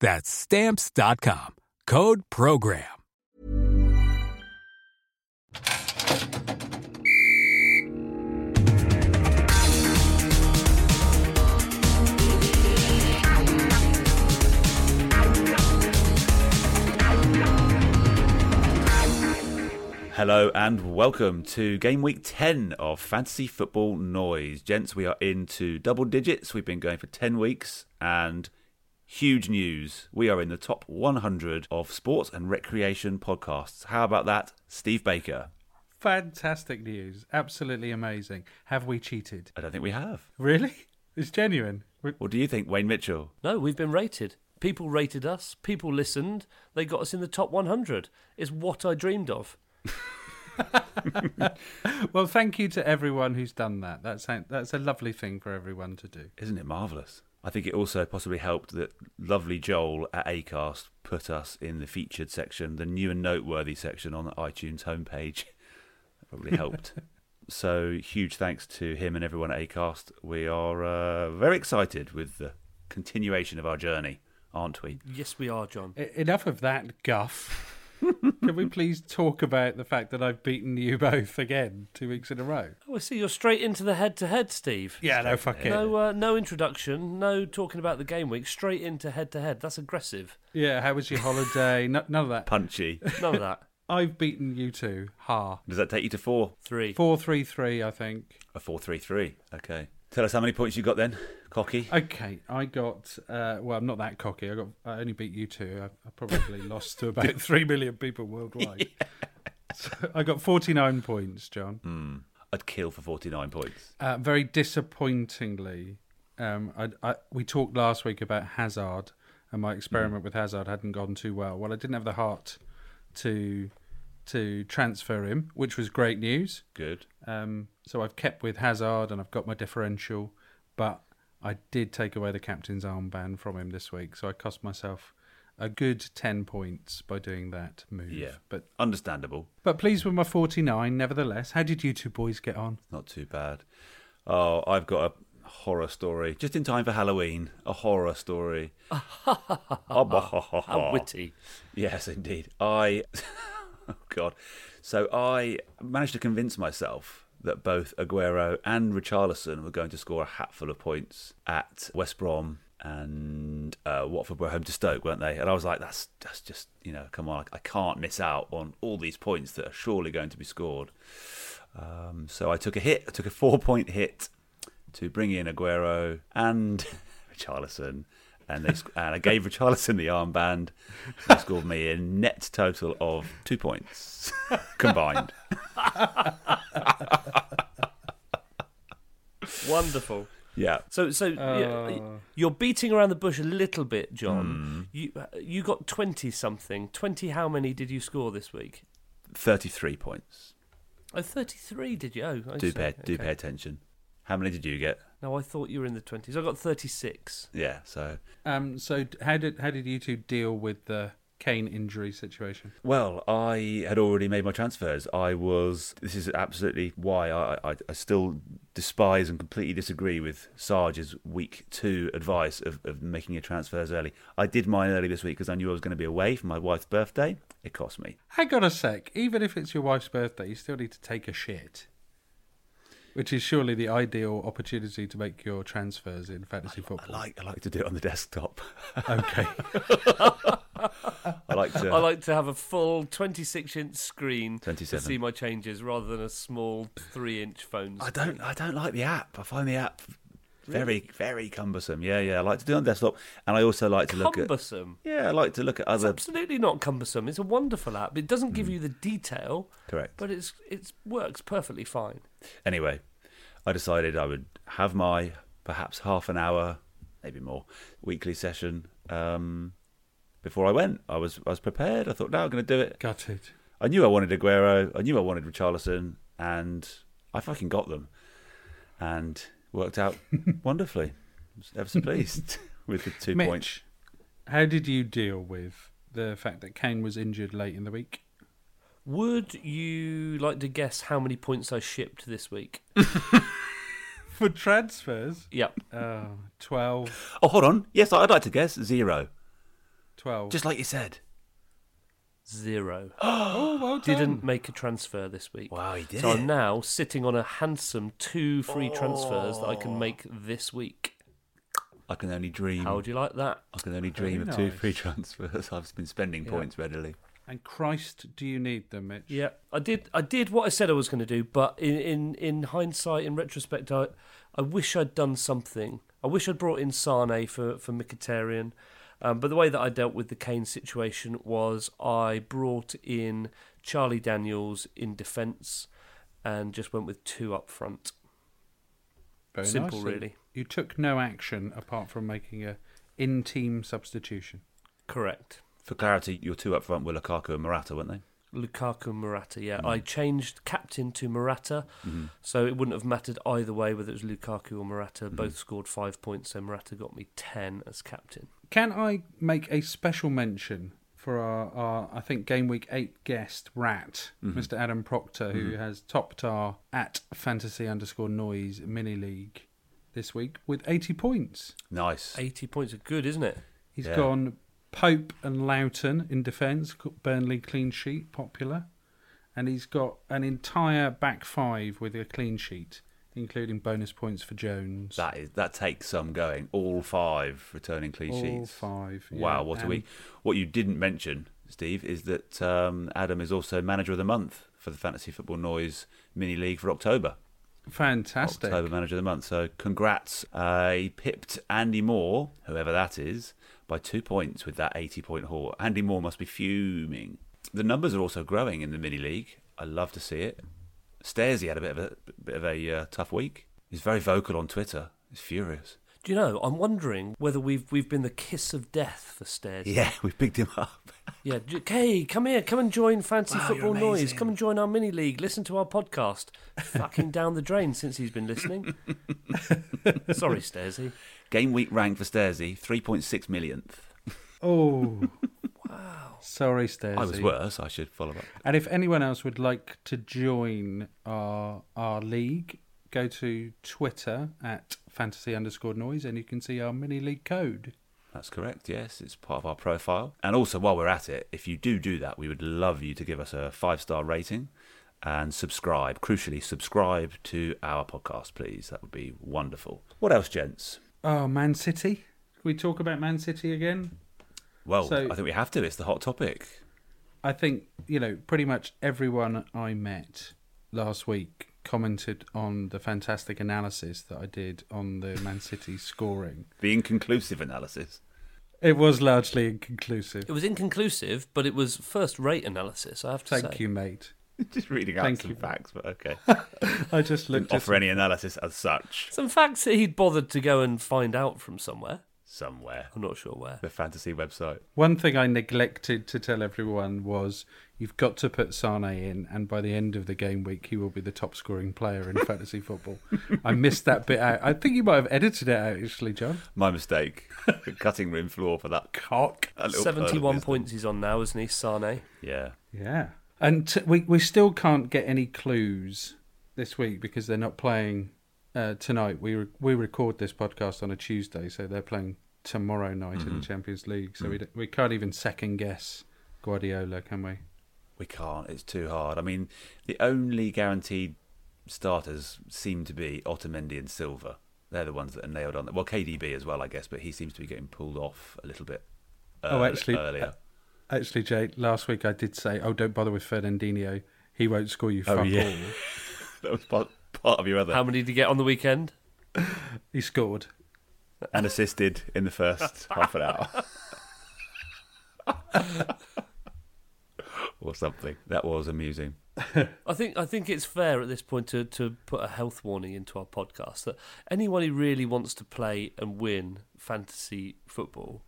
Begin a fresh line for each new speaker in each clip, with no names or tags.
That's stamps.com. Code program.
Hello and welcome to game week 10 of Fantasy Football Noise. Gents, we are into double digits. We've been going for 10 weeks and huge news. We are in the top 100 of sports and recreation podcasts. How about that, Steve Baker?
Fantastic news. Absolutely amazing. Have we cheated?
I don't think we have.
Really? It's genuine. We-
What do you think, Wayne Mitchell?
No, we've been rated. People rated us. People listened. They got us in the top 100. It's what I dreamed of.
Well, thank you to everyone who's done that. That's a, that's a lovely thing for everyone to do.
Isn't it marvellous? I think it also possibly helped that lovely Joel at Acast put us in the featured section, the new and noteworthy section on the iTunes homepage. That probably helped. so huge thanks to him and everyone at Acast. We are uh, very excited with the continuation of our journey, aren't we?
Yes, we are, John.
E- enough of that guff. Can we please talk about the fact that I've beaten you both again two weeks in a row?
Oh, I see you're straight into the head to head, Steve.
Yeah, no, fuck it.
No, uh, no introduction, no talking about the game week, straight into head to head. That's aggressive.
Yeah, how was your holiday? No, none of that.
Punchy.
None of that.
I've beaten you two. Ha.
Does that take you to four?
Three.
Four three three, I think.
A four three three. Okay. Tell us how many points you got then, cocky.
Okay, I got. Uh, well, I'm not that cocky. I got. I only beat you two. I, I probably lost to about three million people worldwide. So I got 49 points, John.
I'd kill for forty nine points.
Uh, very disappointingly, um, I, I, we talked last week about Hazard, and my experiment with Hazard hadn't gone too well. Well, I didn't have the heart to to transfer him, which was great news.
Good.
Um, so I've kept with Hazard and I've got my differential, but I did take away the captain's armband from him this week, so I cost myself a good ten points by doing that move.
Yeah.
But
Understandable.
but pleased with my forty nine, nevertheless. How did you two boys get on?
Not too bad. Oh, I've got a horror story just in time for Halloween. A horror story.
How
How
witty.
Yes, indeed. I. oh, God. So I managed to convince myself that both Aguero and Richarlison were going to score a hatful of points at West Brom and uh, Watford were home to Stoke, weren't they? And I was like, that's, that's just, you know, come on. I can't miss out on all these points that are surely going to be scored. Um, so I took a hit. I took a four point hit to bring in Aguero and Richarlison, and they sc- and I gave Richarlison the armband. They scored me a net total of two points combined.
Wonderful.
Yeah,
So, so yeah, you're beating around the bush a little bit, John. You you got twenty something. Twenty. How many did you score this week?
thirty-three points.
Oh, 33 did you? Oh, I
Do
see.
pay do
Okay.
pay attention. How many did you get?
No, I thought you were in the 20s. I got 36.
Yeah, so
Um, so d- how did how did you two deal with the Kane injury situation?
Well, I had already made my transfers. I was. This is absolutely why I, I, I still despise and completely disagree with Sarge's week two advice of, of making your transfers early. I did mine early this week because I knew I was going to be away for my wife's birthday. It cost me.
Hang on a sec. Even if it's your wife's birthday, you still need to take a shit. Which is surely the ideal opportunity to make your transfers in fantasy
I
football.
like I like to do it on the desktop.
Okay.
I like to.
I like to have a full 26 inch screen to
27.
see my changes rather than a small 3 inch phone.
I
screen.
don't. I don't like the app. I find the app very, very cumbersome. Yeah, yeah. I like to do it on desktop, and I also like to look at.
Cumbersome.
Yeah, I like to look at other.
Absolutely not cumbersome. It's a wonderful app. It doesn't
Hmm.
give you the detail,
Correct.
but it's it works perfectly fine.
Anyway, I decided I would have my perhaps half an hour, maybe more, weekly session um, before I went. I was I was prepared. I thought, no, I'm going to do it.
Gutted.
I knew I wanted Aguero. I knew I wanted Richarlison, and I fucking got them, and worked out wonderfully. I was ever so pleased with the two
Mitch,
points.
how did you deal with the fact that Kane was injured late in the week?
Would you like to guess how many points I shipped this week?
For transfers?
Yep.
Oh, 12.
Oh, hold on. Yes, I'd like to guess zero,
12.
just like you said.
Zero.
oh, well done.
Didn't make a transfer this week.
Wow, you did
So
it.
I'm now sitting on a handsome two free transfers that I
Oh.
can make this week.
I can only
Hmm.
dream.
How would you like that?
I can only dream of two
nice.
free transfers. I've been spending points readily.
And Christ, do you need them, Mitch?
Yeah, I did. I did what I said I was going to do, but in, in in hindsight, in retrospect, I I wish I'd done something. I wish I'd brought in Sane for for Mkhitaryan. Um, but the way that I dealt with the Kane situation was I brought in Charlie Daniels in defence and just went with two up front.
Very
Simple,
nicely.
really.
You took no action apart from making a in-team substitution.
Correct.
For clarity, your two up front were Lukaku and Morata, weren't they?
Lukaku Murata, yeah.
Mm.
I changed captain to Murata,
Mm-hmm.
so it wouldn't have mattered either way whether it was Lukaku or Murata.
Mm-hmm.
Both scored five points, so Murata got me 10 as captain.
Can I make a special mention for our, our I think, game week eight guest, Rat, Mr. Adam Proctor, who has topped our at fantasy underscore noise mini league this week with 80 points.
Nice.
80 points are good, isn't it?
He's
Yeah.
gone Pope and Loughton in defence, got Burnley clean sheet, popular. And he's got an entire back five with a clean sheet, including bonus points for Jones.
That is that takes some going. All five returning clean
All
sheets.
five, yeah.
Wow, what a
And-
week! What you didn't mention, Steve, is that um, Adam is also manager of the month for the Fantasy Football Noise Mini League for October.
Fantastic.
October manager of the month. So congrats! Uh, he pipped Andy Moore, whoever that is, by two points with that eighty-point haul. Andy Moore must be fuming. The numbers are also growing in the mini league. I love to see it. Stairsy had a bit of a bit of a uh, tough week. He's very vocal on Twitter. He's furious.
Do you know, I'm wondering whether we've we've been the kiss of death for Stairs.
Yeah, we picked him up.
Yeah, j- Hey, come here, come and join Fancy
Wow,
Football
you're
Noise.
amazing.
Come and join our mini league. Listen to our podcast. Fucking down the drain since he's been listening. Sorry, Stairsy.
Game week rank for Stairsy, three point six millionth.
Oh. wow. Sorry, Stacey.
I was worse. I should follow up.
And if anyone else would like to join our our league, go to Twitter at fantasy underscore noise and you can see our mini league code.
That's correct. Yes, it's part of our profile. And also, while we're at it, if you do do that, we would love you to give us a five star rating and subscribe. Crucially, subscribe to our podcast, please. That would be wonderful. What else, gents?
Oh, Man City. Can we talk about Man City again?
Well,
So-
I think we have to. It's the hot topic.
I think, you know, pretty much everyone I met last week commented on the fantastic analysis that I did on the Man City scoring.
The inconclusive analysis.
It was largely inconclusive.
It was inconclusive, but it was first rate analysis, I have to say.
Thank you, mate.
Just reading out
Thank
some
you.
facts, but okay.
I just looked
Didn't
at
offer any analysis as such.
Some facts that he'd bothered to go and find out from somewhere.
Somewhere.
I'm not sure where.
The fantasy website.
One thing I neglected to tell everyone was you've got to put Sane in, and by the end of the game week, he will be the top scoring player in fantasy football. I missed that bit out. I think you might have edited it out, actually, John.
My mistake. Cutting room floor for that.
Cock.
that little pearl of
71
wisdom.
points he's on now, isn't he, Sane?
Yeah.
Yeah. And t- we, we still can't get any clues this week because they're not playing uh, tonight. We, re- we record this podcast on a Tuesday, so they're playing tomorrow night
Mm-hmm.
in the Champions League. So
Mm.
we, d- we can't even second guess Guardiola, can
Uh,
we?
We can't. It's too hard. I mean, the only guaranteed starters seem to be Otamendi and Silva. They're the ones that are nailed on. Well, KDB as well, I guess, but he seems to be getting pulled off a little bit.
Oh,
earl-
actually,
earlier.
Actually, Jay, last week I did say, "Oh, don't bother with Fernandinho. He won't score you
Oh,
fuck
yeah.
all."
That was part, part of your other.
How many did you get on the weekend?
He scored.
and assisted in the first half an hour. or something. That was amusing.
I think I think it's fair at this point to, to put a health warning into our podcast that anyone who really wants to play and win fantasy football,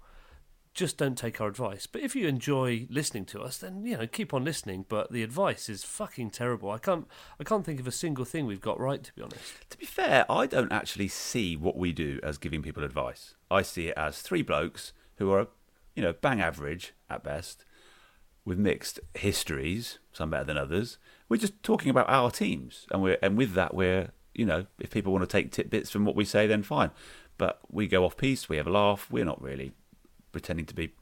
just don't take our advice. But if you enjoy listening to us, then you know keep on listening. But the advice is fucking terrible. I can't I can't think of a single thing we've got right to be honest.
To be fair, I don't actually see what we do as giving people advice. I see it as three blokes who are, you know, bang average at best, with mixed histories, some better than others. We're just talking about our teams, and we're and with that, we're you know, if people want to take tidbits from what we say, then fine. But we go off piece, we have a laugh. We're not really pretending to be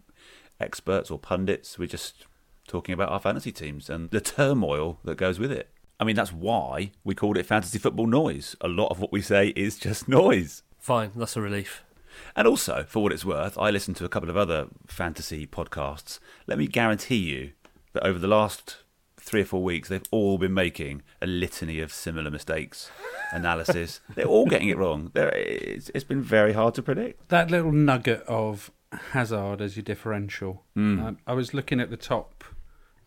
experts or pundits. We're just talking about our fantasy teams and the turmoil that goes with it. I mean, that's why we called it fantasy football noise. A lot of what we say is just noise.
Fine, that's a relief.
And also, for what it's worth, I listened to a couple of other fantasy podcasts. Let me guarantee you that over the last three or four weeks, they've all been making a litany of similar mistakes, analysis. They're all getting it wrong. They're, it's, it's been very hard to predict.
That little nugget of Hazard as your differential. Um, I was looking at the top,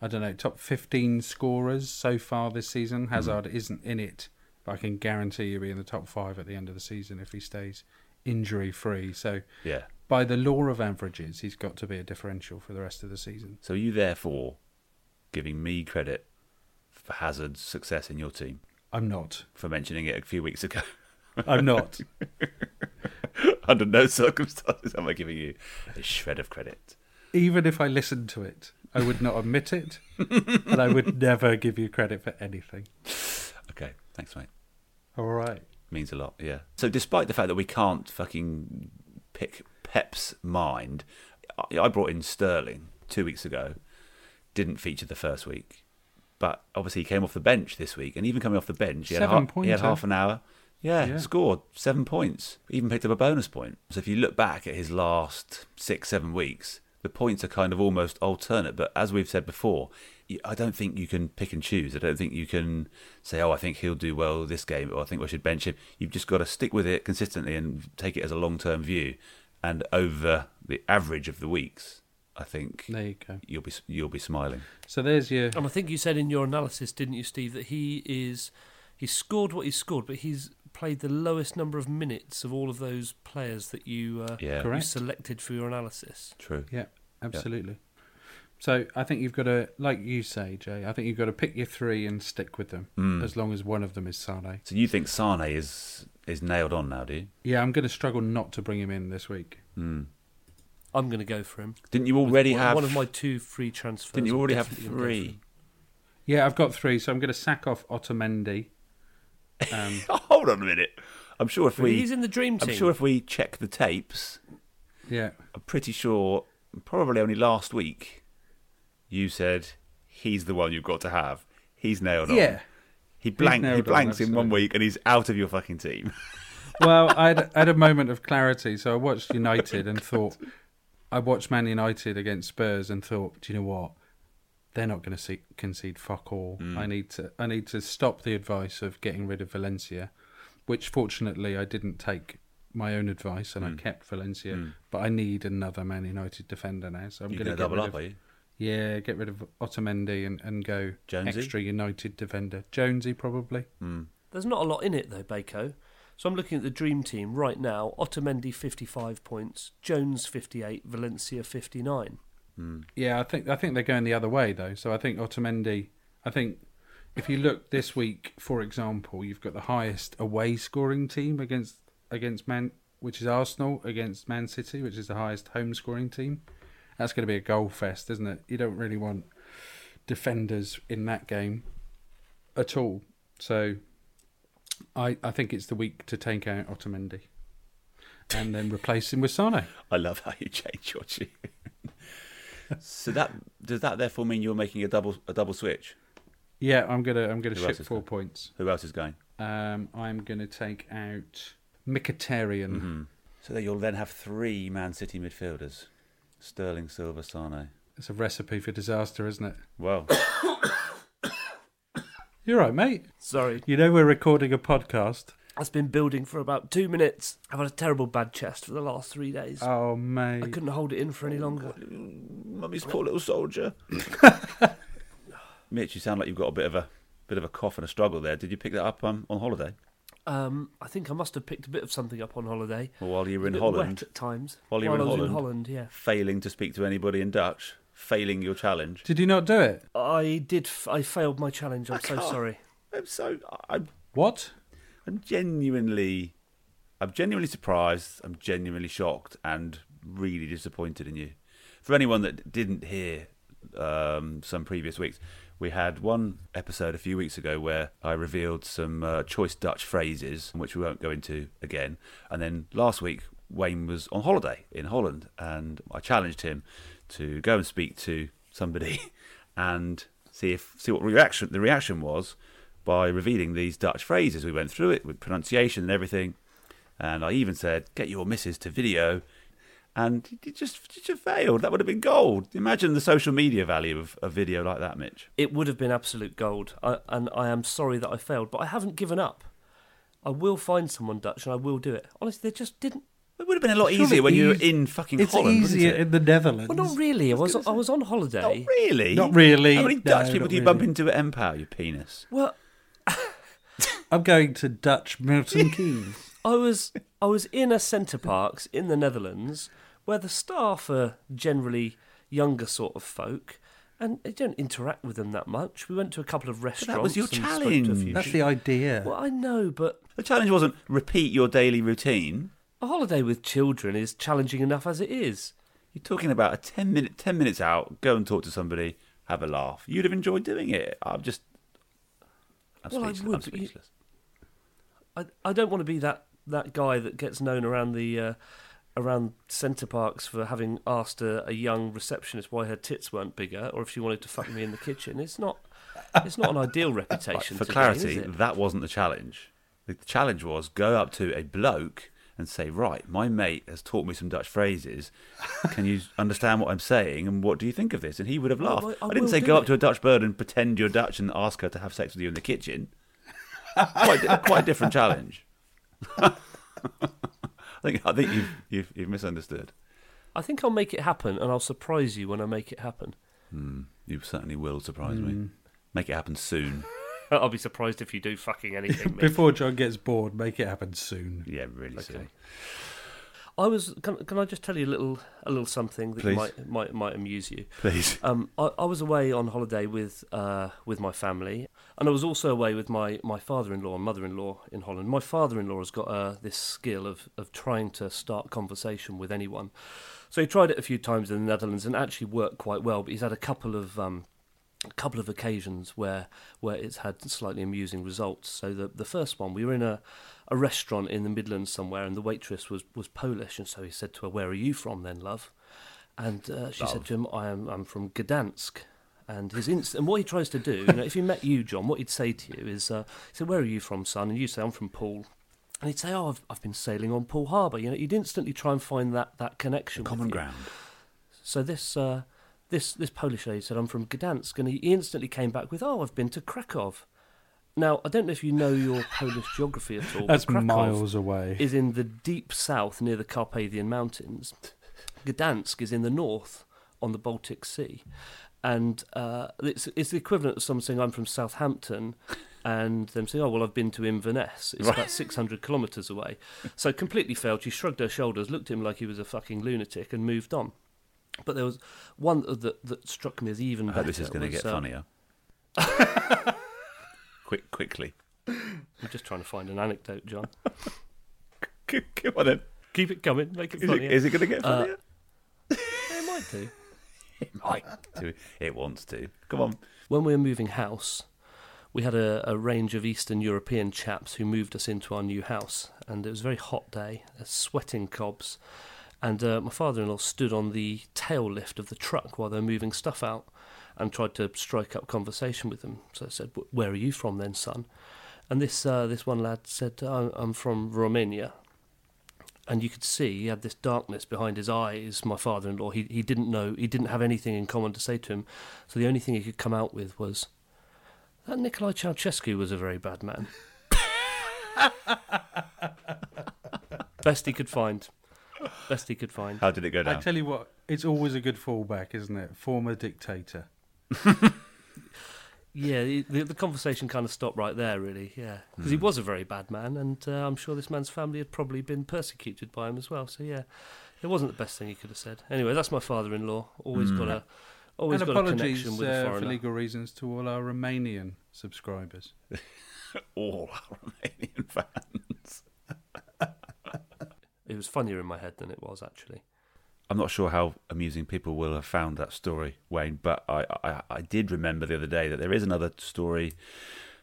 I don't know, top 15 scorers so far this season. Hazard isn't in it, but I can guarantee you'll be in the top five at the end of the season if he stays injury free. So,
Yeah.
by the law of averages, he's got to be a differential for the rest of the season.
So, are you therefore giving me credit for Hazard's success in your team
I'm not.
for mentioning it a few weeks ago?
I'm not.
Under no circumstances am I giving you a shred of credit.
Even if I listened to it, I would not admit it, and I would never give you credit for anything.
Okay, thanks, mate.
All right.
means a lot. Yeah. So despite the fact that we can't fucking pick Pep's mind, I I brought in Sterling two weeks ago. Didn't feature the first week, but obviously he came off the bench this week, and even coming off the bench, he had,
Seven
ha- he had
pointer.
half an hour. Yeah,
Yeah.
scored seven points. Even picked up a bonus point. So if you look back at his last six, seven weeks, the points are kind of almost alternate. But as we've said before, you- I don't think you can pick and choose. I don't think you can say, "Oh, I think he'll do well this game," or "I think we should bench him." You've just got to stick with it consistently and take it as a long-term view. And over the average of the weeks, I think
There you go.
you'll be you'll be smiling.
So there's your
And I think you said in your analysis, didn't you, Steve, that he is he scored what he scored, but he's played the lowest number of minutes of all of those players that you uh,
Yeah,
Correct.
you selected for your analysis.
true.
Yeah, absolutely. So I think you've got to, like you say, Jay. I think you've got to pick your three and stick with them as long as one of them is Sane.
So you think Sane is is nailed on now, do you?
Yeah, I'm going to struggle not to bring him in this week.
I'm going to go for him.
Didn't you already
one,
have
one of my two free transfers.
Didn't you
I'm
already have
definitely gonna go for
three?
him.
Yeah, I've got three, so I'm going to sack off Otamendi. Um,
Hold on a minute. I'm sure if we,
He's in the dream team.
I'm sure if we check the tapes,
yeah,
I'm pretty sure, probably only last week, you said he's the one you've got to have. He's nailed on.
yeah.
He blank.
nailed
He
on,
blanks in one
absolutely.
week, and he's out of your fucking team.
Well, I had, I had a moment of clarity, so I watched United and thought, I watched Man United against Spurs and thought, do you know what? They're not going to see, concede fuck all.
Mm.
I need to I need to stop the advice of getting rid of Valencia, which fortunately I didn't take my own advice and I
Mm.
kept Valencia. But I need another Man United defender now, so I'm
You're
going to
going to double up, eh? are you?
Yeah, get rid of Otamendi and and go
Jonesy?
extra United defender Jonesy probably.
There's not a lot in it though, Baco. So I'm looking at the dream team right now. Otamendi 55 points, Jones 58, Valencia 59.
Yeah, I think I think they're going the other way though. So I think Otamendi. I think if you look this week, for example, you've got the highest away scoring team against against Man, which is Arsenal against Man City, which is the highest home scoring team. That's going to be a goal fest, isn't it? You don't really want defenders in that game at all. So I I think it's the week to take out Otamendi and then replace him with Sane.
I love how you change your tune. so that does that therefore mean you're making a double a double switch?
Yeah, I'm gonna I'm gonna
Who else
ship
is
four
there?
points.
Who else is going?
Um, I'm going to take out Mkhitaryan.
Mm-hmm.
So that you'll then have three Man City midfielders: Sterling, Silva, Sane.
It's a recipe for disaster, isn't it?
Well,
You're right, mate.
Sorry,
You know we're recording a podcast.
that's been building for about two minutes. I've had a terrible bad chest for the last three days.
Oh
I
mate.
couldn't hold it in for any
Oh,
longer.
mummy's poor little soldier. Mitch, you sound like you've got a bit of a bit of a cough and a struggle there. Did you pick that up um, on holiday?
Um, I think I must have picked a bit of something up on holiday.
Or while you were in
A bit
Holland,
wet at times.
While you were in
I was in
Holland.
Holland, yeah.
failing to speak to anybody in Dutch, failing your challenge.
Did you not do it?
I did. F- I failed my challenge. I'm so
can't.
sorry.
I'm Um, so I'm,
What?
I'm genuinely I'm genuinely surprised. I'm genuinely shocked and really disappointed in you. For anyone that didn't hear um, some previous weeks, we had one episode a few weeks ago where I revealed some uh, choice Dutch phrases, which we won't go into again. And then last week, Wayne was on holiday in Holland, and I challenged him to go and speak to somebody and see if see what reaction the reaction was by revealing these Dutch phrases. We went through it with pronunciation and everything, and I even said, "Get your missus to video," and it just it just failed. That would have been gold. Imagine the social media value of a video like that, Mitch.
It would have been absolute gold, I, and I am sorry that I failed, but I haven't given up. I will find someone Dutch, and I will do it. Honestly, they just didn't.
It would have been a lot
Surely
easier when you were
eas-
in fucking
It's
Holland,
easier
wasn't it?
in the Netherlands.
Well, not really. I was I was on holiday.
Not really.
Not really.
How many
No,
Dutch people
not
do you bump
really.
into at Empower? Your penis.
Well,
I'm going to Dutch Milton Keynes.
I was I was in a centre parks in the Netherlands where the staff are generally younger sort of folk, and they don't interact with them that much. We went to a couple of restaurants.
was your
and spoke to a few
challenge.
That's the idea.
Well, I know, but
The challenge wasn't repeat your daily routine.
a holiday with children is challenging enough as it is.
You're talking about a 10 minute 10 minutes out, go and talk to somebody, have a laugh. You'd have enjoyed doing it. I'm just I'm
Well, I
speechless.
would,
I'm
but you-
speechless.
I, I don't want to be that, that guy that gets known around the uh, around centre parks for having asked a, a young receptionist why her tits weren't bigger or if she wanted to fuck me in the kitchen. It's not it's not an ideal
Right,
reputation.
for
to gain,
clarity,
is it?
that wasn't the challenge. The challenge was go up to a bloke and say, "Right, my mate has taught me some Dutch phrases. Can you understand what I'm saying and what do you think of this?" And he would have
Well,
laughed.
I-
I,
I
didn't
will
say
do
go
it.
up to a Dutch bird and pretend you're Dutch and ask her to have sex with you in the kitchen. quite, di- quite a different challenge. I think I think you've, you've, you've misunderstood.
I think I'll make it happen, and I'll surprise you when I make it happen.
You certainly will surprise
Hmm.
me. Make it happen soon.
I'll be surprised if you do fucking anything. Mick.
Before John gets bored, make it happen soon.
Yeah, really soon.
I was. Can, can I just tell you a little, a little something that
Please.
might might might amuse you?
Please.
Um, I, I was away on holiday with uh, with my family, and I was also away with my, my father in law and mother in law in Holland. My father in law has got uh, this skill of, of trying to start conversation with anyone. So he tried it a few times in the Netherlands and actually worked quite well. But he's had a couple of um, a couple of occasions where where it's had slightly amusing results. So the the first one, we were in a a restaurant in the Midlands somewhere, and the waitress was was Polish, and so he said to her, "Where are you from, then, love?" And uh, she said to him, "I am I'm from Gdansk." And his inst- and what he tries to do, you know, if he met you, John, what he'd say to you is, uh, he said, "Where are you from, son?" And you say, "I'm from Poole." And he'd say, "Oh, I've, I've been sailing on Poole Harbour." You know, you'd instantly try and find that that connection. with
Common
you.
ground.
So this uh, this this Polish lady said, "I'm from Gdansk," and he instantly came back with, "Oh, I've been to Krakow." Now I don't know if you know your Polish geography at all. but
That's
Krakow
miles away.
Is in the deep south near the Carpathian Mountains. Gdansk is in the north on the Baltic Sea, and uh, it's it's the equivalent of someone saying, "I'm from Southampton." And them saying, "Oh well, I've been to Inverness. It's about six hundred kilometres away." So completely failed. She shrugged her shoulders, looked at him like he was a fucking lunatic, and moved on. But there was one that that struck me as even
I
better.
hope this is going to
was,
get
uh,
funnier. Quick, quickly.
I'm just trying to find an anecdote, John.
Come on then.
Keep it coming. Make it
Is it,
funnier.
is it going to get
Uh,
funnier?
It might do.
Do- it wants to. Come on.
When we were moving house, we had a, a range of Eastern European chaps who moved us into our new house, and it was a very hot day, uh, sweating cobs. And uh, my father in law stood on the tail lift of the truck while they were moving stuff out and tried to strike up conversation with them. So I said, "Wh- Where are you from then, son? And this, uh, this one lad said, "Oh, I'm from Romania. and you could see he had this darkness behind his eyes. My father-in-law, he he didn't know, he didn't have anything in common to say to him, so the only thing he could come out with was that Nikolai Ceausescu was a very bad man. Best he could find. Best he could find.
How did it go
I
down?
tell you what, it's always a good fallback, isn't it? Former dictator.
Yeah, the, the the conversation kind of stopped right there, really. Yeah, because
Hmm.
he was a very bad man, and uh, I'm sure this man's family had probably been persecuted by him as well. So yeah, it wasn't the best thing he could have said. Anyway, that's my father-in-law. Always got a always
Hmm. and
got a
apologies
connection with a
uh, for
foreigner.
legal reasons to all our Romanian subscribers.
All our Romanian fans.
It was funnier in my head than it was actually.
I'm not sure how amusing people will have found that story, Wayne, but I, I, I did remember the other day that there is another story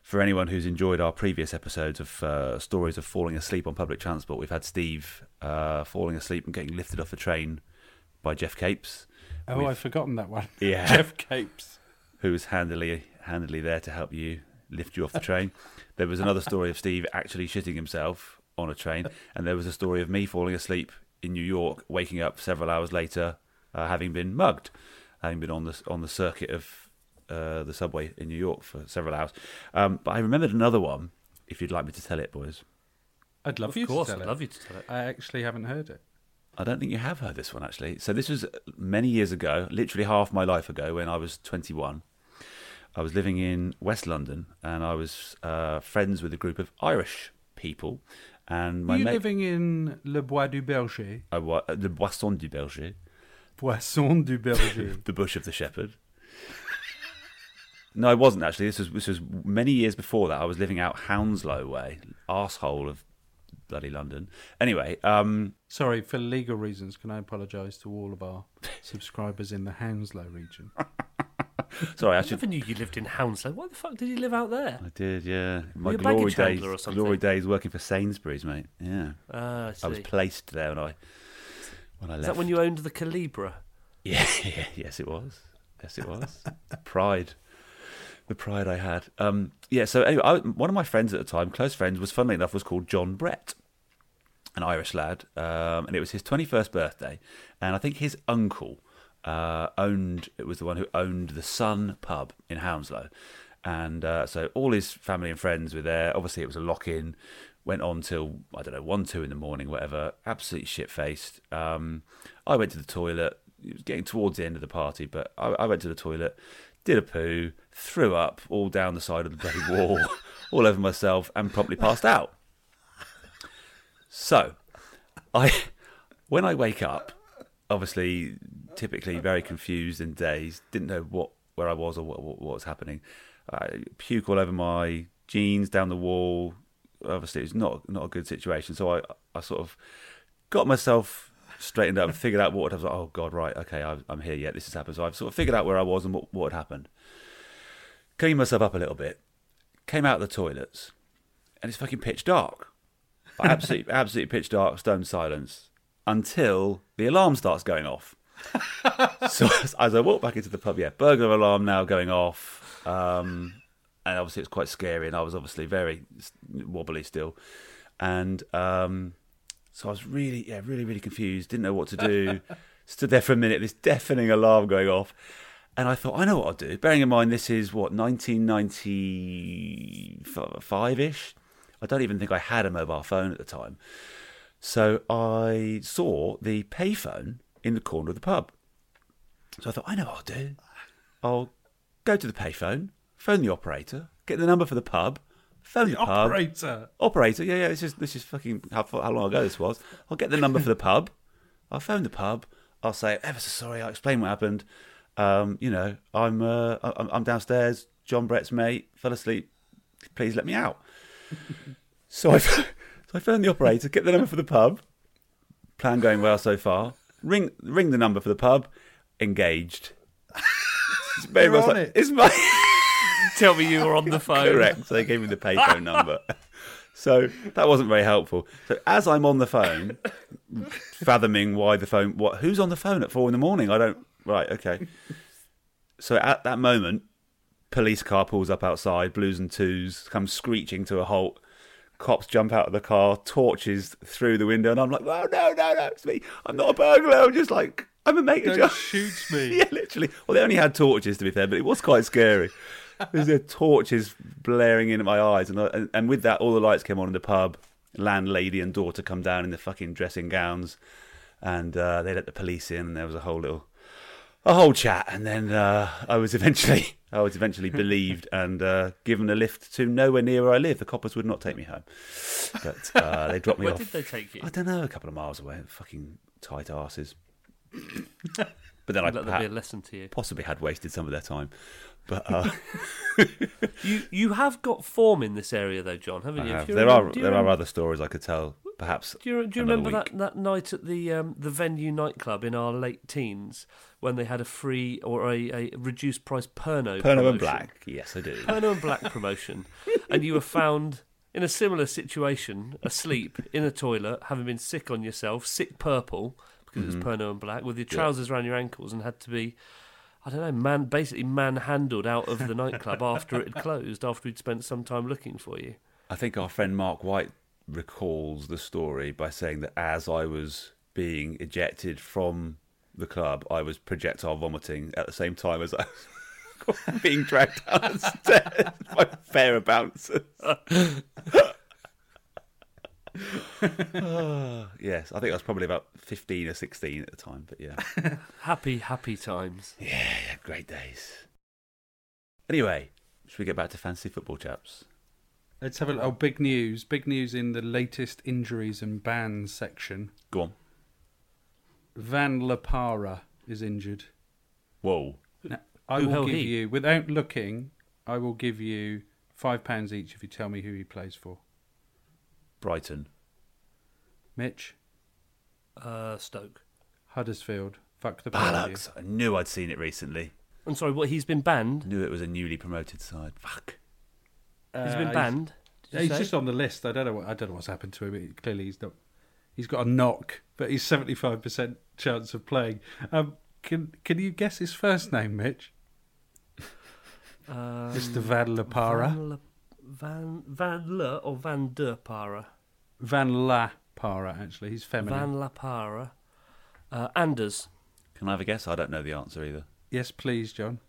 for anyone who's enjoyed our previous episodes of uh, stories of falling asleep on public transport. We've had Steve uh, falling asleep and getting lifted off a train by Jeff Capes.
Oh,
We've-
I've forgotten that one.
Yeah.
Jeff Capes.
who was handily handily there to help you lift you off the train. there was another story of Steve actually shitting himself on a train, and there was a story of me falling asleep in New York, waking up several hours later, uh, having been mugged, having been on the on the circuit of uh, the subway in New York for several hours. Um, but I remembered another one. If you'd like me to tell it, boys,
I'd love
of
you
course,
to
I'd
tell it.
love you to tell it.
I actually haven't heard it.
I don't think you have heard this one actually. So this was many years ago, literally half my life ago, when I was 21. I was living in West London, and I was uh, friends with a group of Irish people. And
Were
my
you
mate,
living in Le Bois du Berger?
I wa- uh, the Boisson du Berger,
Poisson du Berger.
the bush of the shepherd. No, I wasn't actually. This was this was many years before that. I was living out Hounslow way, asshole of bloody London. Anyway, um,
Sorry, for legal reasons, can I apologise to all of our subscribers in the Hounslow region?
sorry, I
I
should
never knew you lived in Hounslow. Why the fuck did you live out there?
I did, yeah. My
you a
glory
baggage
days,
handler or something?
glory days working for Sainsbury's, mate. Yeah,
Ah, I see.
I was placed there when I when I left.
Is that when you owned the Calibra?
Yeah, yeah, yes, it was. Yes, it was. pride, the pride I had. Um, yeah. So anyway, I, one of my friends at the time, close friends, was funnily enough was called John Brett, an Irish lad, um, and it was his twenty-first birthday, and I think his uncle uh, owned it was the one who owned the Sun pub in Hounslow, and uh, so all his family and friends were there. Obviously, it was a lock-in. Went on till I don't know one, two in the morning, whatever. Absolutely shit-faced. Um, I went to the toilet. It was getting towards the end of the party, but I, I went to the toilet, did a poo, threw up all down the side of the bloody wall, all over myself, and promptly passed out. So, I when I wake up, obviously, typically very confused and dazed, didn't know what where I was or what what, what was happening. I puke all over my jeans, down the wall. Obviously, it's not not a good situation. So I I sort of got myself straightened up, figured out what had happened. I was like, oh god, right, okay, I've, I'm here yet. This has happened. So I've sort of figured out where I was and what what had happened. Cleaned myself up a little bit. Came out of the toilets, and it's fucking pitch dark. Like, absolute, absolute pitch dark, stone silence until the alarm starts going off. so as, as I walk back into the pub, yeah, burglar alarm now going off. Um, and obviously it's quite scary, and I was obviously very s- wobbly still. And um, so I was really, yeah, really, really confused. Didn't know what to do. Stood there for a minute, this deafening alarm going off. And I thought, I know what I'll do. Bearing in mind, this is what, 1995 ish? I don't even think I had a mobile phone at the time. So I saw the payphone in the corner of the pub. So I thought, I know what I'll do. I'll go to the payphone, phone the operator, get the number for the pub, phone the,
The
pub
operator.
operator, yeah, yeah, this is this is fucking how, how long ago this was. I'll get the number for the pub. I'll phone the pub. I'll say ever so sorry. I'll explain what happened. Um, you know, I'm uh, I- I'm, I'm downstairs. John Brett's mate fell asleep. Please let me out. so I so I phone the operator, get the number for the pub. Plan going well so far. Ring ring the number for the pub. Engaged. Maybe
You're on it.
It's my
Tell me you were on the phone.
Correct. So they gave me the payphone number. So that wasn't very helpful. So as I'm on the phone, fathoming why the phone, what, who's on the phone at four in the morning? I don't. Right. Okay. So at that moment, police car pulls up outside, blues and twos, comes screeching to a halt. Cops jump out of the car, torches through the window, and I'm like, "No, no, no, no, it's me. I'm not a burglar. I'm just like, I'm a mate of
Don't
John."
shoot me.
yeah, literally. Well, they only had torches to be fair, but it was quite scary. There's their torches blaring in at my eyes, and, I, and and with that, all the lights came on in the pub. Landlady and daughter come down in the fucking dressing gowns, and uh, they let the police in, and there was a whole little, a whole chat, and then uh, I was eventually, I was eventually believed and uh, given a lift to nowhere near where I live. The coppers would not take me home, but uh, they dropped me
Where
off.
did they take you?
I don't know, a couple of miles away. Fucking tight asses. but then I
Let
pa-
that be a lesson to you.
possibly had wasted some of their time. But uh,
You you have got form in this area though, John, haven't
I
you?
have.
Do you
there
remember-
are
do you
there are
remember-
other stories I could tell. Perhaps
Do you, do you
another
remember
week.
that, that night at the um, the venue nightclub in our late teens when they had a free or a, a reduced price
Perno
perno promotion?
and Black. Yes, I do.
Perno and Black promotion, and you were found in a similar situation, asleep in a toilet, having been sick on yourself, sick purple because it was
Mm-hmm.
Perno and Black, with your trousers around your ankles, and had to be, I don't know, man, basically manhandled out of the nightclub after it had closed, after we'd spent some time looking for you.
I think our friend Mark White recalls the story by saying that as I was being ejected from the club, I was projectile vomiting at the same time as I was being dragged down the stairs by fair bouncers. Ah, yes, I think I was probably about 15 or 16 at the time, but yeah.
Happy, happy times.
Yeah, great days. Anyway, should we get back to fantasy football, chaps?
Let's have a little big news. Big news in the latest injuries and bans section.
Go on.
Van Lapara is injured.
Whoa.
Now, I
Who
will
hell
give
he?
you, without looking, I will give you five pounds each if you tell me who he plays for.
Brighton.
Mitch,
Uh, Stoke.
Huddersfield, fuck the Parlour.
Ballocks. I knew I'd seen it recently.
I'm sorry, what, he's been banned?
Knew it was a newly promoted side. Fuck.
He's
Uh,
been banned? did you
He's,
say?
just on the list. I don't know. What, I don't know what's happened to him. It- clearly, he's not. He's got a knock, but he's seventy-five percent chance of playing. Um, can Can you guess his first name, Mitch?
Um,
Mr. Van Lapara.
Van La- Van Van Le or Van der Para.
Van La Para. Actually, he's feminine.
Van La Para. Uh, Anders.
Can I have a guess? I don't know the answer either.
Yes, please, John.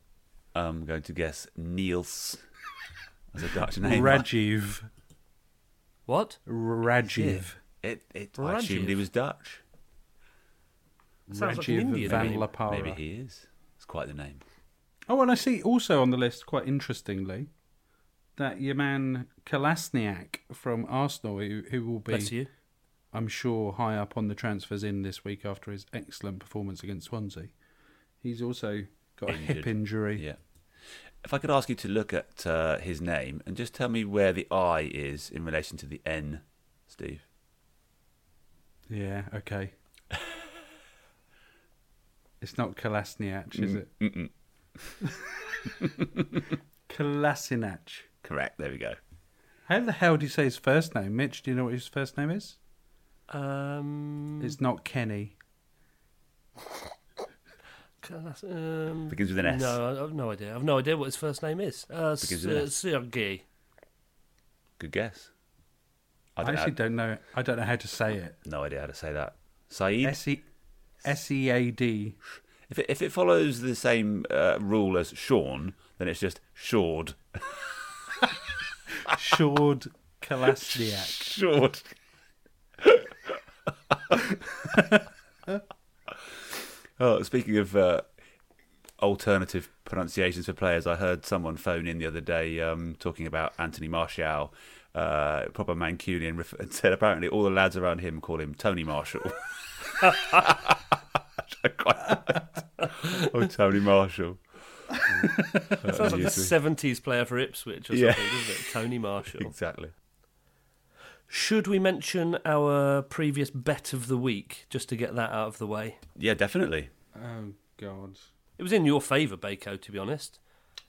I'm going to guess Niels as a Dutch name.
Rajiv.
What?
Rajiv.
It, it, I assumed he
Rajiv.
was Dutch.
Sounds like an
Rajiv
Indian
Van
name.
Lapara.
Maybe he is. It's quite the name.
Oh, and I see also on the list, quite interestingly, that your man Kalasniak from Arsenal, who, who will be
Bless you.
I'm sure, high up on the transfers in this week after his excellent performance against Swansea. He's also got a hip
Injured.
injury.
Yeah. If I could ask you to look at uh, his name and just tell me where the I is in relation to the N, Steve.
Yeah, okay. it's not Kalasniach, is it?
Mm-mm.
Kalasinac.
Correct. There we go.
How the hell do you say his first name? Mitch, do you know what his first name is?
Um,
It's not Kenny.
can I s- um,
Begins with an S.
No, I- I've no idea. I've no idea what his first name is. Uh,
Begins with an
S-
S.
Sergey.
Good guess.
I,
I don't,
actually
I,
don't know. I don't know how to say it.
no idea how to say that. Saeed.
S E S E A D.
If it, if it follows the same uh, rule as Sean, then it's just Shawed.
Shord Kalasniak.
Shawed. oh, speaking of uh, alternative pronunciations for players, I heard someone phone in the other day um, talking about Anthony Martial, uh, proper Mancunian, ref- and said apparently all the lads around him call him Tony Marshall. Which I quite liked. Oh, Tony Marshall.
Sounds like a
Unusual.
70s player for Ipswich or
Uh, Yeah.
something, doesn't it? Tony Marshall.
Exactly.
Should we mention our previous bet of the week just to get that out of the way?
Yeah, definitely.
Oh God.
It was in your favour, Baco, to be honest.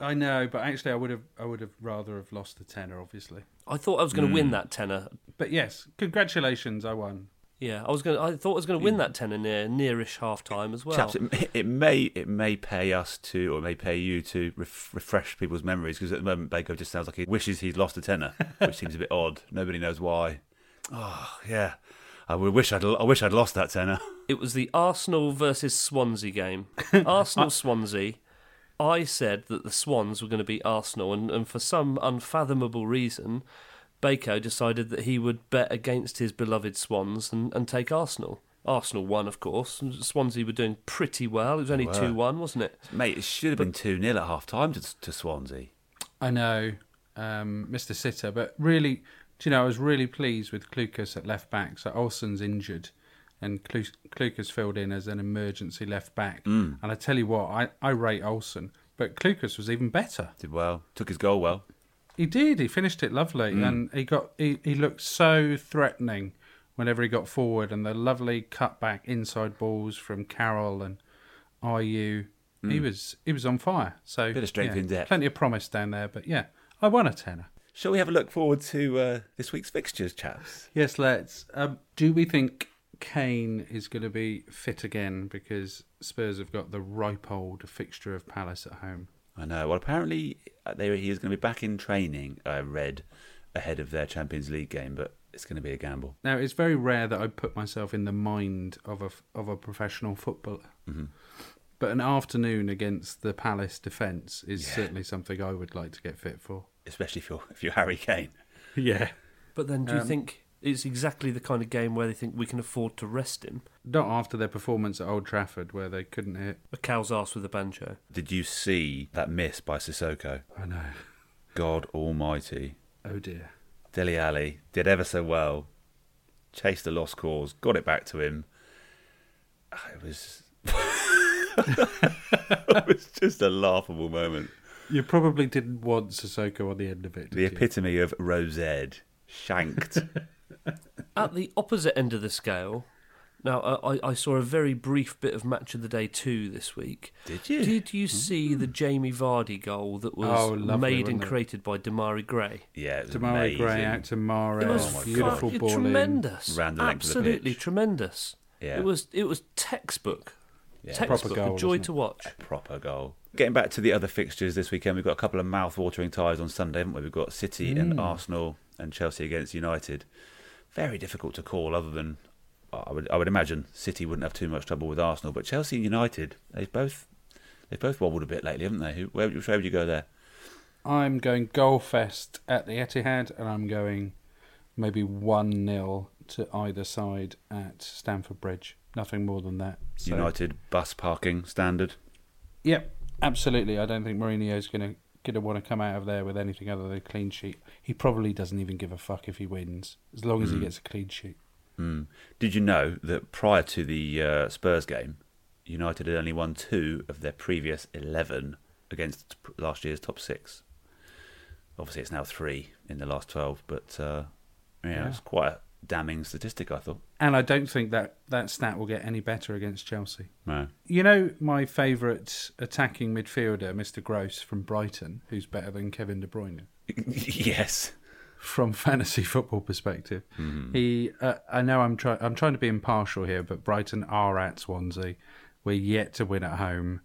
I know, but actually, I would have, I would have rather have lost the tenner, obviously.
Hmm.
I thought I was going to win that tenner.
But yes, congratulations, I won.
Yeah, I was going. to I thought I was going to win that tenner near nearish half time as well.
Chaps, it, it may it may pay us to, or it may pay you to ref, refresh people's memories because at the moment Baker just sounds like he wishes he'd lost a tenner, which seems a bit odd. Nobody knows why. Oh yeah, I would wish I'd I wish I'd lost that tenner.
It was the Arsenal versus Swansea game. Arsenal Swansea. I said that the Swans were going to be Arsenal, and, and for some unfathomable reason, Baco decided that he would bet against his beloved Swans and, and take Arsenal. Arsenal won, of course. and Swansea were doing pretty well. It was only
Were.
2 1, wasn't it?
Mate, it should have been two 0 at half time to, to Swansea.
I know, um, Mr. Sitter, but really, do you know, I was really pleased with Klukas at left back. So Olsen's injured, and Klu- Klukas filled in as an emergency left back. And I tell you what, I, I rate Olsen, but Klukas was even better.
Did well, took his goal well.
He did. He finished it lovely, and he got he, he looked so threatening whenever he got forward, and the lovely cutback inside balls from Carroll and IU. He was he was on fire. So
Bit of strength
yeah,
in depth.
Plenty Mm. of promise down there, but yeah, I won a tenner.
Shall we have a look forward to uh, this week's fixtures, chaps?
Yes, let's. Um, do we think Kane is going to be fit again because Spurs have got the ripe old fixture of Palace at home?
I know. Well, apparently uh, they, he is going to be back in training. I read ahead of their Champions League game, but it's going to be a gamble.
Now, it's very rare that I put myself in the mind of a of a professional footballer, but an afternoon against the Palace defence is certainly something I would like to get fit for.
especially if you're if you're Harry Kane.
Yeah,
But then do you think it's exactly the kind of game where they think we can afford to rest him?
not after their performance at Old Trafford where they couldn't hit.
A cow's ass with a banjo.
Did you see that miss by Sissoko?
I know.
God Almighty,
Oh dear.
Deli Ali did ever so well, chased the lost cause, got it back to him. Ah, It was it was just a laughable moment.
You probably didn't want Sissoko on the end of it.
The
Did you?
epitome of Rose Ed shanked.
At the opposite end of the scale, now I, I- I saw a very brief bit of match of the day two this week.
Did you?
Did you see the Jamie Vardy goal that was
Hmm. Oh, lovely,
made and
wasn't it?
created by Damari Gray?
yeah, it was
Tamara
amazing.
Gray out to Mare.
It was
my God.
Oh, beautiful
fucking
ball in.
tremendous,
Ran the length of the
absolutely
pitch.
tremendous.
Yeah.
It was it was textbook,
Yeah,
textbook,
goal,
a joy
wasn't it?
to watch.
proper goal. Getting back to the other fixtures this weekend, we've got a couple of mouth-watering ties on Sunday, haven't we? We've got City and Arsenal and Chelsea against United. Very difficult to call, other than I would I would imagine City wouldn't have too much trouble with Arsenal, but Chelsea and United they've both they've both wobbled a bit lately, haven't they? Who, where, would you- where would you go there?
I'm going Goalfest at the Etihad, and I'm going maybe 1 0 to either side at Stamford Bridge. Nothing more than that. So-
United bus parking standard.
Yep, absolutely. I don't think Mourinho's going to going to want to come out of there with anything other than a clean sheet. He probably doesn't even give a fuck if he wins, as long as he gets a clean sheet.
Mm. Did you know that prior to the uh, Spurs game, United had only won two of their previous 11 against p- last year's top six? Obviously, it's now three in the last 12, but uh, yeah,
Yeah.
it's quite a damning statistic, I thought.
And I don't think that that stat will get any better against Chelsea.
No.
You know my favourite attacking midfielder, Mr. Gross from Brighton, who's better than Kevin De Bruyne.
yes.
from fantasy football perspective. He, uh, I know I'm trying. I'm trying to be impartial here, but Brighton are at Swansea. We're yet to win at home.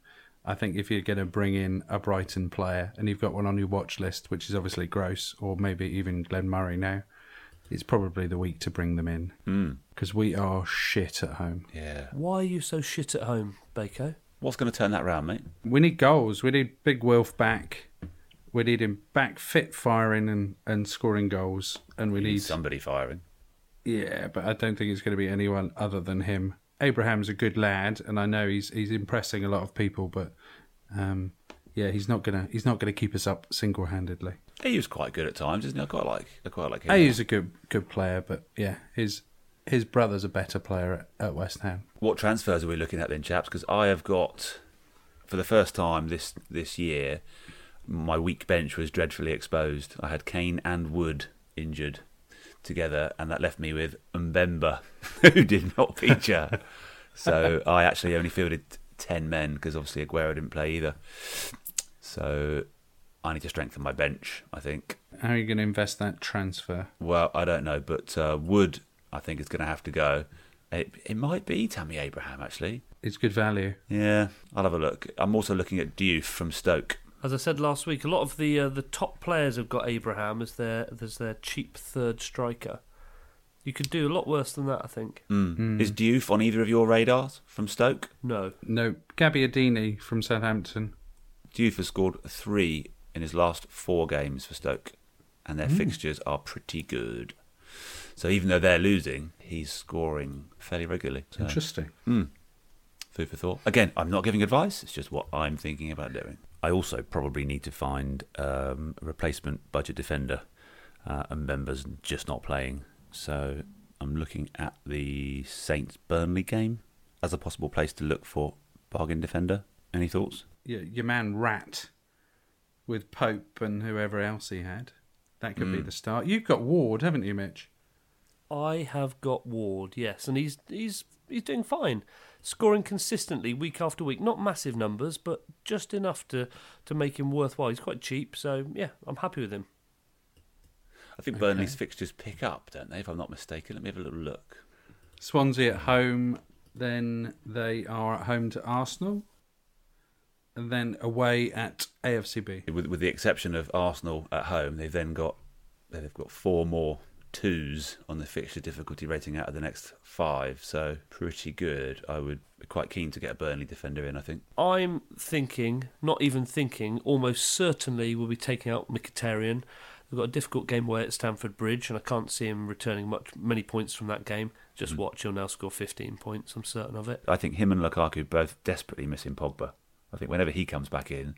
I think if you're going to bring in a Brighton player and you've got one on your watch list, which is obviously Gross or maybe even Glenn Murray now, it's probably the week to bring them in because we are shit at home.
Yeah.
Why are you so shit at home, Baco?
What's going to turn that round, mate?
We need goals. We need Big Wilf back. We need him back, fit, firing and, and scoring goals. And we need
somebody firing.
Yeah, but I don't think it's going to be anyone other than him. Abraham's a good lad, and I know he's he's impressing a lot of people, but um, yeah, he's not gonna he's not gonna keep us up single handedly.
He was quite good at times, isn't he? I quite like, I quite like him.
Hey, he's a good good player, but yeah, his his brother's a better player at, at West Ham.
What transfers are we looking at then, chaps? Because I have got, for the first time this this year, my weak bench was dreadfully exposed. I had Kane and Wood injured together, and that left me with Mbemba, who did not feature. so I actually only fielded ten men because obviously Aguero didn't play either. So I need to strengthen my bench. I think.
How are you going to invest that transfer?
Well, I don't know, but uh, Wood I think is going to have to go. It, it might be Tammy Abraham, actually.
It's good value.
Yeah, I'll have a look. I'm also looking at Diouf from Stoke.
As I said last week, a lot of the uh, the top players have got Abraham as their as their cheap third striker. You could do a lot worse than that, I think.
Mm. Is Diouf on either of your radars from Stoke?
No,
No, Gabbiadini from Southampton.
Diouf has scored three in his last four games for Stoke, and their fixtures are pretty good. So even though they're losing, he's scoring fairly regularly. So,
Interesting.
mm, food for thought. Again, I'm not giving advice. It's just what I'm thinking about doing. I also probably need to find um, a replacement budget defender, uh, and members just not playing. So I'm looking at the Saints Burnley game as a possible place to look for bargain defender. Any thoughts?
Yeah, your man Rat with Pope and whoever else he had. That could be the start. You've got Ward, haven't you, Mitch?
I have got Ward. Yes, and he's he's he's doing fine, scoring consistently week after week. Not massive numbers, but just enough to to make him worthwhile. He's quite cheap, so yeah, I'm happy with him.
I think Burnley's fixtures pick up, don't they? If I'm not mistaken, let me have a little look.
Swansea at home, then they are at home to Arsenal, and then away at AFCB.
With, with the exception of Arsenal at home, they've then got they've got four more twos on the fixture difficulty rating out of the next five, so pretty good. I would be quite keen to get a Burnley defender in. I think
I'm thinking, not even thinking, almost certainly we'll be taking out Mkhitaryan. We've got a difficult game away at Stamford Bridge, and I can't see him returning much many points from that game. Just
Hmm.
watch, he'll now score 15 points. I'm certain of it.
I think him and Lukaku both desperately missing Pogba. I think whenever he comes back in,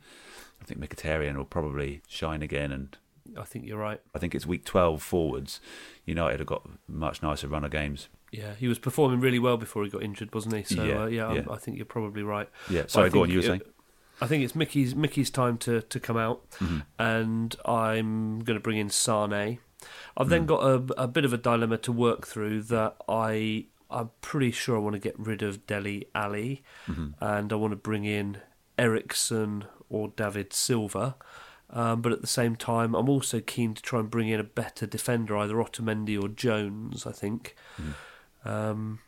I think Mkhitaryan will probably shine again and
I think you're right.
I think it's week 12 forwards. United have got a much nicer run of games.
Yeah, he was performing really well before he got injured, wasn't he? So
Yeah,
uh, yeah, I'm-
yeah.
I think you're probably right.
Yeah,
But
sorry,
I
go on,
think uh,
you were
it-
saying?
I think it's Mickey's Mickey's time to, to come out,
Mm-hmm.
and I'm going to bring in Sane. I've then got a, a bit of a dilemma to work through that I I'm pretty sure I want to get rid of Deli Ali, and I want to bring in Ericsson or David Silva. Um, but at the same time, I'm also keen to try and bring in a better defender, either Otamendi or Jones. I think. Um,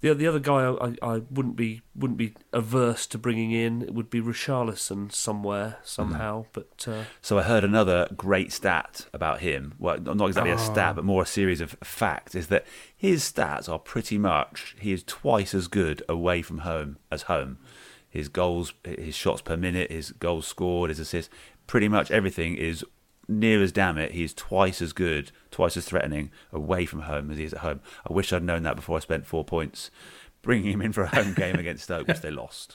the the other guy I, I, I wouldn't be wouldn't be averse to bringing in it would be Richarlison somewhere somehow, but uh,
So I heard another great stat about him. Well, not not exactly a stat,
Ah.
but more a series of facts. Is that his stats are pretty much he is twice as good away from home as home. His goals, his shots per minute, his goals scored, his assists, pretty much everything is near as damn it. He is twice as good, twice as threatening away from home as he is at home. I wish I'd known that before I spent four points bringing him in for a home game against Stoke, which they lost.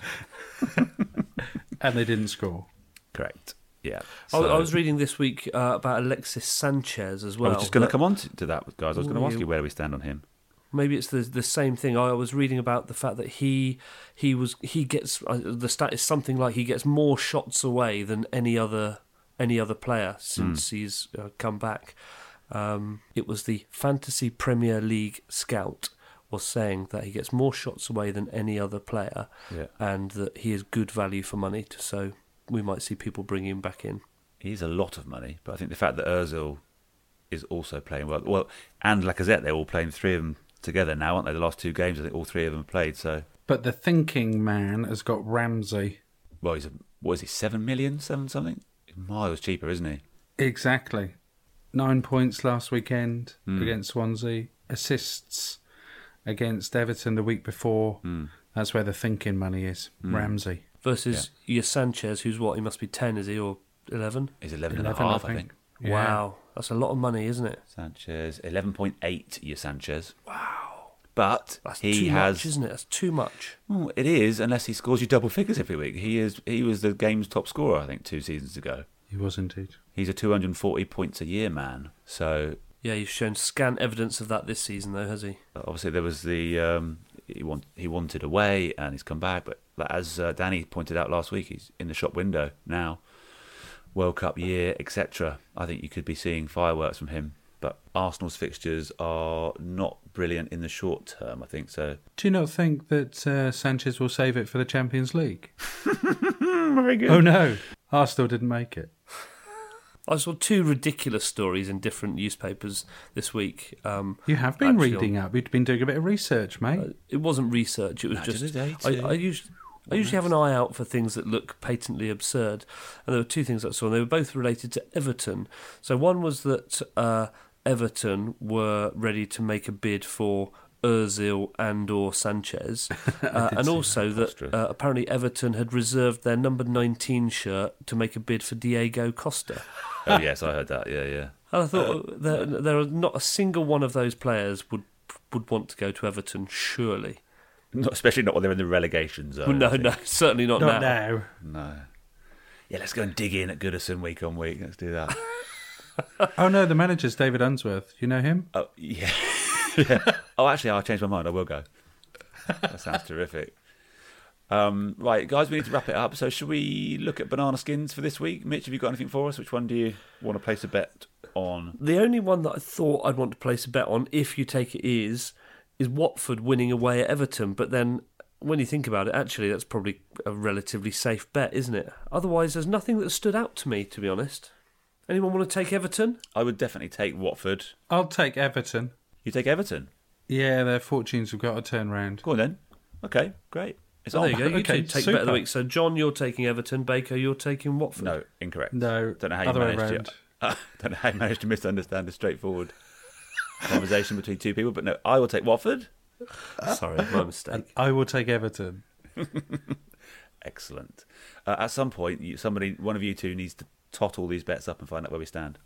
And they didn't score.
Correct. Yeah.
I, I
So-
was reading this week uh, about Alexis Sanchez as well.
I was just going to
that
come on to, to that, guys. I was going to
Ooh,
ask
you-
you where do we stand on him.
Maybe it's the the same thing. I was reading about the fact that he he was he gets uh, the stat is something like he gets more shots away than any other any other player since
Hmm.
he's uh, come back. Um, it was the Fantasy Premier League scout was saying that he gets more shots away than any other player,
Yeah.
and that he is good value for money. So we might see people bring him back in.
He's a lot of money, but I think the fact that Özil is also playing well, well, and Lacazette, they're all playing three of them together now, aren't they? The last two games, I think all three of them have played. So,
But the thinking man has got Ramsey.
well, he's a, what is he? Seven million, seven something. He's Miles cheaper, isn't he?
Exactly. Nine points last weekend against Swansea. Assists against Everton the week before. That's where the thinking money is. Ramsey.
Versus your Sanchez, who's what he must be ten, is he or eleven?
He's 11,
11,
and
I
a half, I think.
think. Yeah.
Wow, that's a lot of money, isn't it?
Sanchez, eleven point eight. Your Sanchez. Wow. But
That's
he
too
has
much, isn't it? That's too much.
Well, it is unless he scores you double figures every week. He is he was the game's top scorer, I think, two seasons ago.
He was indeed.
He's a 240 points a year man. So
Yeah, you've shown scant evidence of that this season, though, has he?
obviously there was the um, he want, he wanted away and he's come back, but like, as uh, Danny pointed out last week, he's in the shop window now. World Cup year, etc. I think you could be seeing fireworks from him. But Arsenal's fixtures are not brilliant in the short term. I think so.
Do you not think that uh, Sanchez will save it for the Champions League?
Very good.
Oh no, Arsenal didn't make it.
I saw two ridiculous stories in different newspapers this week. Um,
You have been
actually on-
reading up. You've been doing a bit of research, mate.
It wasn't research. It was
No,
just.
just a
I,
day,
I
too.
usually. I usually have an eye out for things that look patently absurd, and there were two things I saw, and they were both related to Everton. So one was that uh, Everton were ready to make a bid for Özil and or Sanchez, uh, and also that,
Costa.
uh, apparently Everton had reserved their number 19 shirt to make a bid for Diego Costa.
Oh yes, I heard that. Yeah, yeah.
And I thought uh, there, there are not a single one of those players would would want to go to Everton, surely.
Not, especially not when they're in the relegation zone.
Well, no,
I think.
no, certainly not,
Not
now.
now.
no. Yeah, let's go and dig in at Goodison week on week. Let's do that.
Oh no, the manager's David Unsworth. You know him?
Oh yeah. Yeah. Oh, actually, I changed my mind. I will go. That sounds terrific. Um, right, guys, we need to wrap it up. So, should we look at banana skins for this week? Mitch, have you got anything for us? Which one do you want to place a bet on?
The only one that I thought I'd want to place a bet on, if you take it, is is Watford winning away at Everton. But then, when you think about it, actually, that's probably a relatively safe bet, isn't it? Otherwise, there's nothing that stood out to me, to be honest. Anyone want to take Everton?
I would definitely take Watford.
I'll take Everton.
You take Everton.
Yeah, their fortunes have got to turn round.
Go on then. Okay, great. It's
Oh,
on.
there you go. You
okay,
two take bet of the
super.
week. So, John, you're taking Everton. Baker, you're taking Watford.
No, incorrect.
No,
don't know how you
other way
managed to. don't know how you managed to misunderstand a straightforward conversation between two people. But no, I will take Watford.
Sorry, my mistake.
I will take Everton.
Excellent. Uh, at some point, you, somebody, one of you two, needs to tot all these bets up and find out where we stand.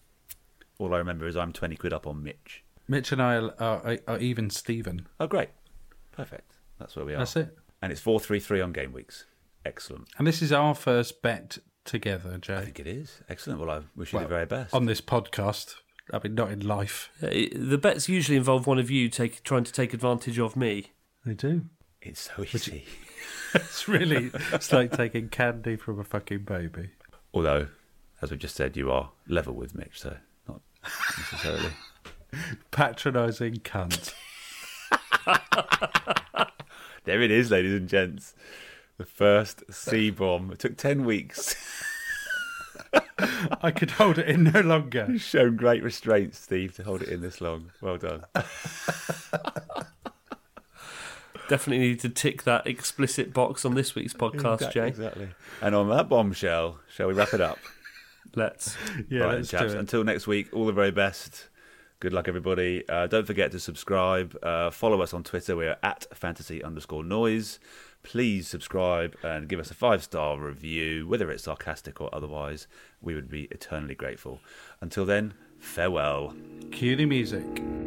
All I remember is I'm twenty quid up on Mitch.
Mitch and I are, are, are even Steven.
Oh, great, perfect. That's where we are.
That's it.
And it's four three three on game weeks. Excellent.
And this is our first bet together,
I
Jay.
think it is excellent. Well, I wish you
Well,
the very best.
On this podcast. I mean, not in life.
Uh, The bets usually involve one of you take, trying to take advantage of me.
They do.
it's so easy.
It's really, it's like taking candy from a fucking baby.
Although, as we just said, you are level with Mitch, so not necessarily.
Patronising cunt.
There it is, ladies and gents. The first C bomb. It took 10 weeks.
I could hold it in no longer.
Shown great restraint, Steve, to hold it in this long. Well done.
Definitely need to tick that explicit box on this week's podcast,
exactly,
Jay.
exactly. And on that bombshell, shall we wrap it up?
Let's.
Yeah,
right,
let's
chaps.
do it.
Until next week, all the very best. Good luck, everybody. Uh, don't forget to subscribe. Uh, follow us on Twitter. We are at fantasy underscore noise. Please subscribe and give us a five star review, whether it's sarcastic or otherwise. We would be eternally grateful. Until then, farewell.
Cue the music.